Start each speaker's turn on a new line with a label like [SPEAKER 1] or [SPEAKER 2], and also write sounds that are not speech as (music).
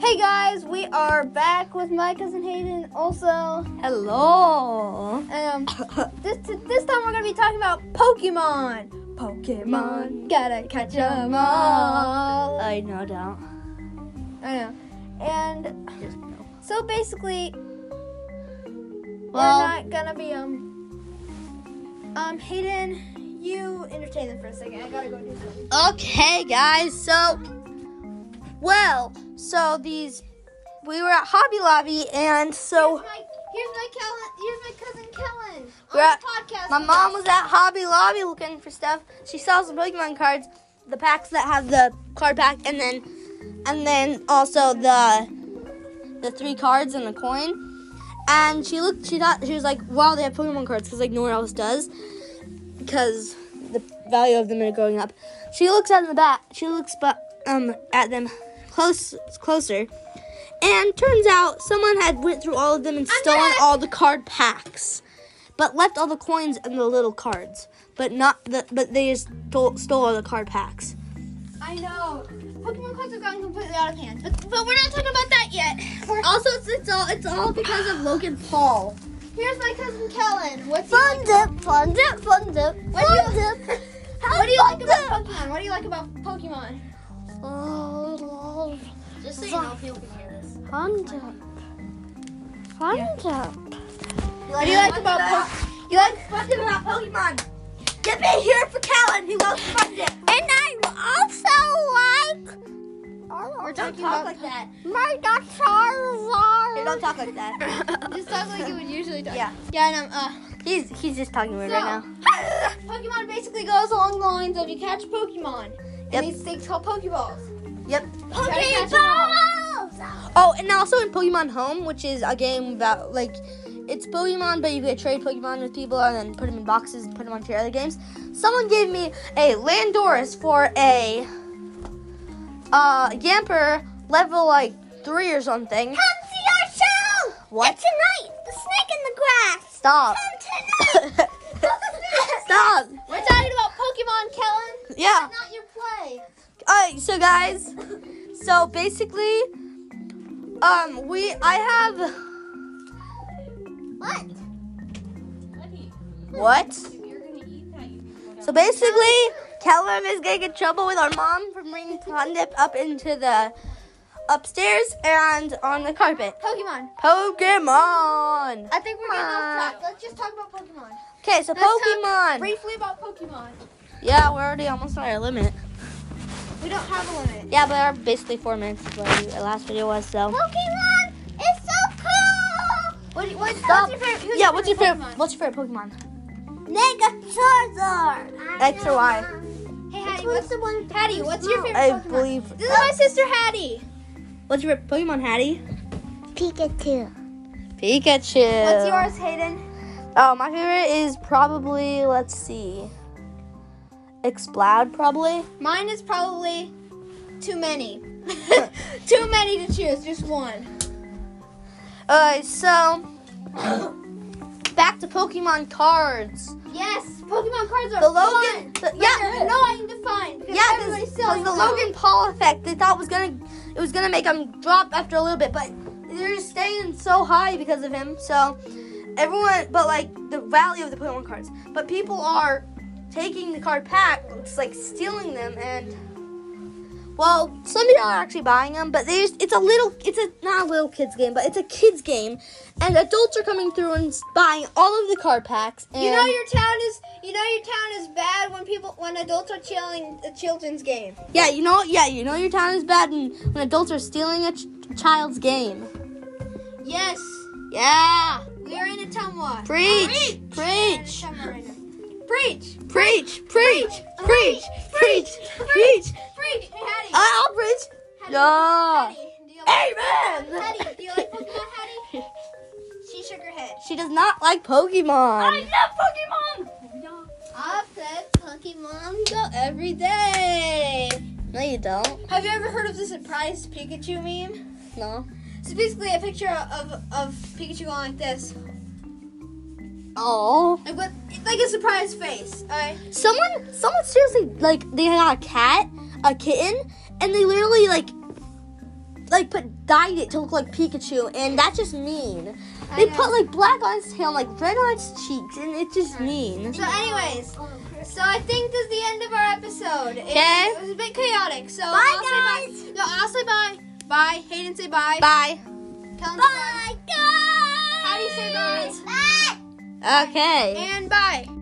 [SPEAKER 1] Hey guys, we are back with my cousin Hayden. Also,
[SPEAKER 2] Hello.
[SPEAKER 1] um, (coughs) this this time we're gonna be talking about Pokemon. Pokemon, gotta catch 'em all.
[SPEAKER 2] I no doubt.
[SPEAKER 1] I know. And
[SPEAKER 2] Just no.
[SPEAKER 1] so basically,
[SPEAKER 2] Well-
[SPEAKER 1] we're not gonna be um, um, Hayden, you entertain them for a second. I gotta go do something.
[SPEAKER 2] Okay, guys. So, well, so these we were at Hobby Lobby, and so
[SPEAKER 1] Here's my here's my Kellen. Here's my cousin Kellen on
[SPEAKER 2] We're at-
[SPEAKER 1] the podcast.
[SPEAKER 2] my
[SPEAKER 1] with
[SPEAKER 2] mom
[SPEAKER 1] us.
[SPEAKER 2] was at Hobby Lobby looking for stuff. She saw some Pokemon cards, the packs that have the card pack, and then and then also the the three cards and the coin. And she looked. She thought she was like, "Wow, they have Pokemon cards because like no one else does." because the value of them are going up. She looks at the back. She looks but um at them close closer, and turns out someone had went through all of them and stolen
[SPEAKER 1] gonna-
[SPEAKER 2] all the card packs, but left all the coins and the little cards, but not the but they just stole, stole all the card packs.
[SPEAKER 1] I know. Pokemon cards have gotten completely out of hand. But, but we're not talking about that yet. We're-
[SPEAKER 2] Also, it's, it's all it's all because of Logan Paul.
[SPEAKER 1] Here's my cousin Kellen. What's he
[SPEAKER 2] Fun
[SPEAKER 1] like?
[SPEAKER 2] dip, fun dip, fun dip, fun dip.
[SPEAKER 1] What do you like about Pokemon? What do you like about Pokemon? Oh,
[SPEAKER 2] Just
[SPEAKER 1] so you know,
[SPEAKER 2] people can hear this.
[SPEAKER 1] Fun dip. Fun dip.
[SPEAKER 2] What
[SPEAKER 1] do you like about po-
[SPEAKER 2] you like fun dip about Pokemon? Get me here for Callan. He loves fun dip. And I also like.
[SPEAKER 1] We're
[SPEAKER 2] don't
[SPEAKER 1] talking
[SPEAKER 2] talk
[SPEAKER 1] about-
[SPEAKER 2] like that.
[SPEAKER 1] My Charizard.
[SPEAKER 2] Hey, don't talk like
[SPEAKER 1] (laughs)
[SPEAKER 2] that.
[SPEAKER 1] Just talk like you would usually talk.
[SPEAKER 2] Yeah.
[SPEAKER 1] Yeah, and um,
[SPEAKER 2] he's he's just talking
[SPEAKER 1] uh,
[SPEAKER 2] weird
[SPEAKER 1] so,
[SPEAKER 2] right now.
[SPEAKER 1] (laughs) Pokemon basically goes along the lines of you catch Pokemon.
[SPEAKER 2] Yep.
[SPEAKER 1] And these things called Pokeballs.
[SPEAKER 2] Yep.
[SPEAKER 1] Pokeballs! Pokeballs!
[SPEAKER 2] Oh, and also in Pokemon Home, which is a game about like it's Pokemon, but you get to trade Pokemon with people and then put them in boxes and put them onto your other games. Someone gave me a Landorus for a uh Yamper level like three or something.
[SPEAKER 1] Come see our show!
[SPEAKER 2] What?
[SPEAKER 1] tonight! The snake in (laughs) the grass!
[SPEAKER 2] Stop. (laughs) Stop.
[SPEAKER 1] We're talking about Pokemon, Kellen!
[SPEAKER 2] Yeah.
[SPEAKER 1] Not your play!
[SPEAKER 2] Alright, so guys, so basically, um, we I have
[SPEAKER 1] What?
[SPEAKER 2] what? So basically, Callum is gonna get trouble with our mom for bringing Pondip up into the upstairs and on the carpet.
[SPEAKER 1] Pokemon.
[SPEAKER 2] Pokemon.
[SPEAKER 1] I think we're getting
[SPEAKER 2] Ah.
[SPEAKER 1] off track. Let's just talk about Pokemon.
[SPEAKER 2] Okay, so
[SPEAKER 1] Let's talk
[SPEAKER 2] Pokemon.
[SPEAKER 1] briefly about Pokemon.
[SPEAKER 2] Yeah, we're already almost on our limit.
[SPEAKER 1] We don't have a limit.
[SPEAKER 2] Yeah, but our basically four minutes is what our last video was. So.
[SPEAKER 1] Pokemon is so cool! What, do you- what,
[SPEAKER 2] Stop.
[SPEAKER 1] What's your favorite, who's
[SPEAKER 2] Yeah,
[SPEAKER 1] your
[SPEAKER 2] what's your favorite? What's your favorite Pokemon?
[SPEAKER 1] Megazord!
[SPEAKER 2] X or Y?
[SPEAKER 1] Hey, Hattie, what's the one? Hattie, what's your favorite
[SPEAKER 2] I
[SPEAKER 1] Pokemon?
[SPEAKER 2] believe.
[SPEAKER 1] This is my sister Hattie.
[SPEAKER 2] What's your favorite Pokemon, Hattie?
[SPEAKER 1] Pikachu.
[SPEAKER 2] Pikachu.
[SPEAKER 1] What's yours, Hayden?
[SPEAKER 2] Oh, my favorite is probably let's see. Exploud probably.
[SPEAKER 1] Mine is probably too (laughs) many. too many to choose, just one.
[SPEAKER 2] Alright, so (coughs) back to Pokemon cards.
[SPEAKER 1] Yes, Pokemon cards are
[SPEAKER 2] The Logan, the-
[SPEAKER 1] fun.
[SPEAKER 2] yeah,
[SPEAKER 1] They're annoying to find because
[SPEAKER 2] yeah,
[SPEAKER 1] everybody's
[SPEAKER 2] because
[SPEAKER 1] selling
[SPEAKER 2] the
[SPEAKER 1] them.
[SPEAKER 2] Logan Paul effect. They thought was gonna, it was gonna make them drop after a little bit, but they're staying so high because of him. So everyone, but like the value of the Pokemon cards, but people are taking the card pack, it's like stealing them, and well, some people are actually buying them, but they just, it's a little, it's a not a little kids game, but it's a kids game, and adults are coming through and buying all of the card packs. And
[SPEAKER 1] You know your town is you know your town is bad when people when adults are chilling a children's game.
[SPEAKER 2] Yeah, you know, yeah, you know your town is bad and when adults are stealing a ch- child's game.
[SPEAKER 1] Yes,
[SPEAKER 2] Yeah,
[SPEAKER 1] we are in a tumwa.
[SPEAKER 2] preach,
[SPEAKER 1] Preach.
[SPEAKER 2] preach,
[SPEAKER 1] Preach.
[SPEAKER 2] preach, preach, preach, preach, preach. Uh,
[SPEAKER 1] Preach. Preach. Hey, Hattie.
[SPEAKER 2] I'll preach.
[SPEAKER 1] Hattie,
[SPEAKER 2] Yeah.
[SPEAKER 1] Hattie, do you like- Hattie,
[SPEAKER 2] Amen.
[SPEAKER 1] do you like Pokemon, Hattie? She shook her head.
[SPEAKER 2] She does not like Pokemon.
[SPEAKER 1] love Pokemon! I play Pokemon Go every day.
[SPEAKER 2] No, you don't.
[SPEAKER 1] Have you ever heard of the surprised Pikachu meme?
[SPEAKER 2] No.
[SPEAKER 1] It's basically a picture of, of Pikachu going like this.
[SPEAKER 2] Oh.
[SPEAKER 1] Like with like a surprised face. Alright.
[SPEAKER 2] Someone, someone seriously like they got a cat, a kitten, and they literally like like put dyed it to look like Pikachu, and that's just mean.
[SPEAKER 1] I
[SPEAKER 2] They
[SPEAKER 1] know.
[SPEAKER 2] put like black on its tail, and, like red on its cheeks, and it's just mean.
[SPEAKER 1] So, anyways, so I think this is the end of our episode. It-
[SPEAKER 2] Okay.
[SPEAKER 1] It was a bit chaotic. So
[SPEAKER 2] Bye,
[SPEAKER 1] I'll say bye. No, I'll say bye. Bye. Hayden, say bye.
[SPEAKER 2] Bye.
[SPEAKER 1] Kellen, say bye.
[SPEAKER 2] guys.
[SPEAKER 1] How do you say bye?
[SPEAKER 2] Okay.
[SPEAKER 1] And bye.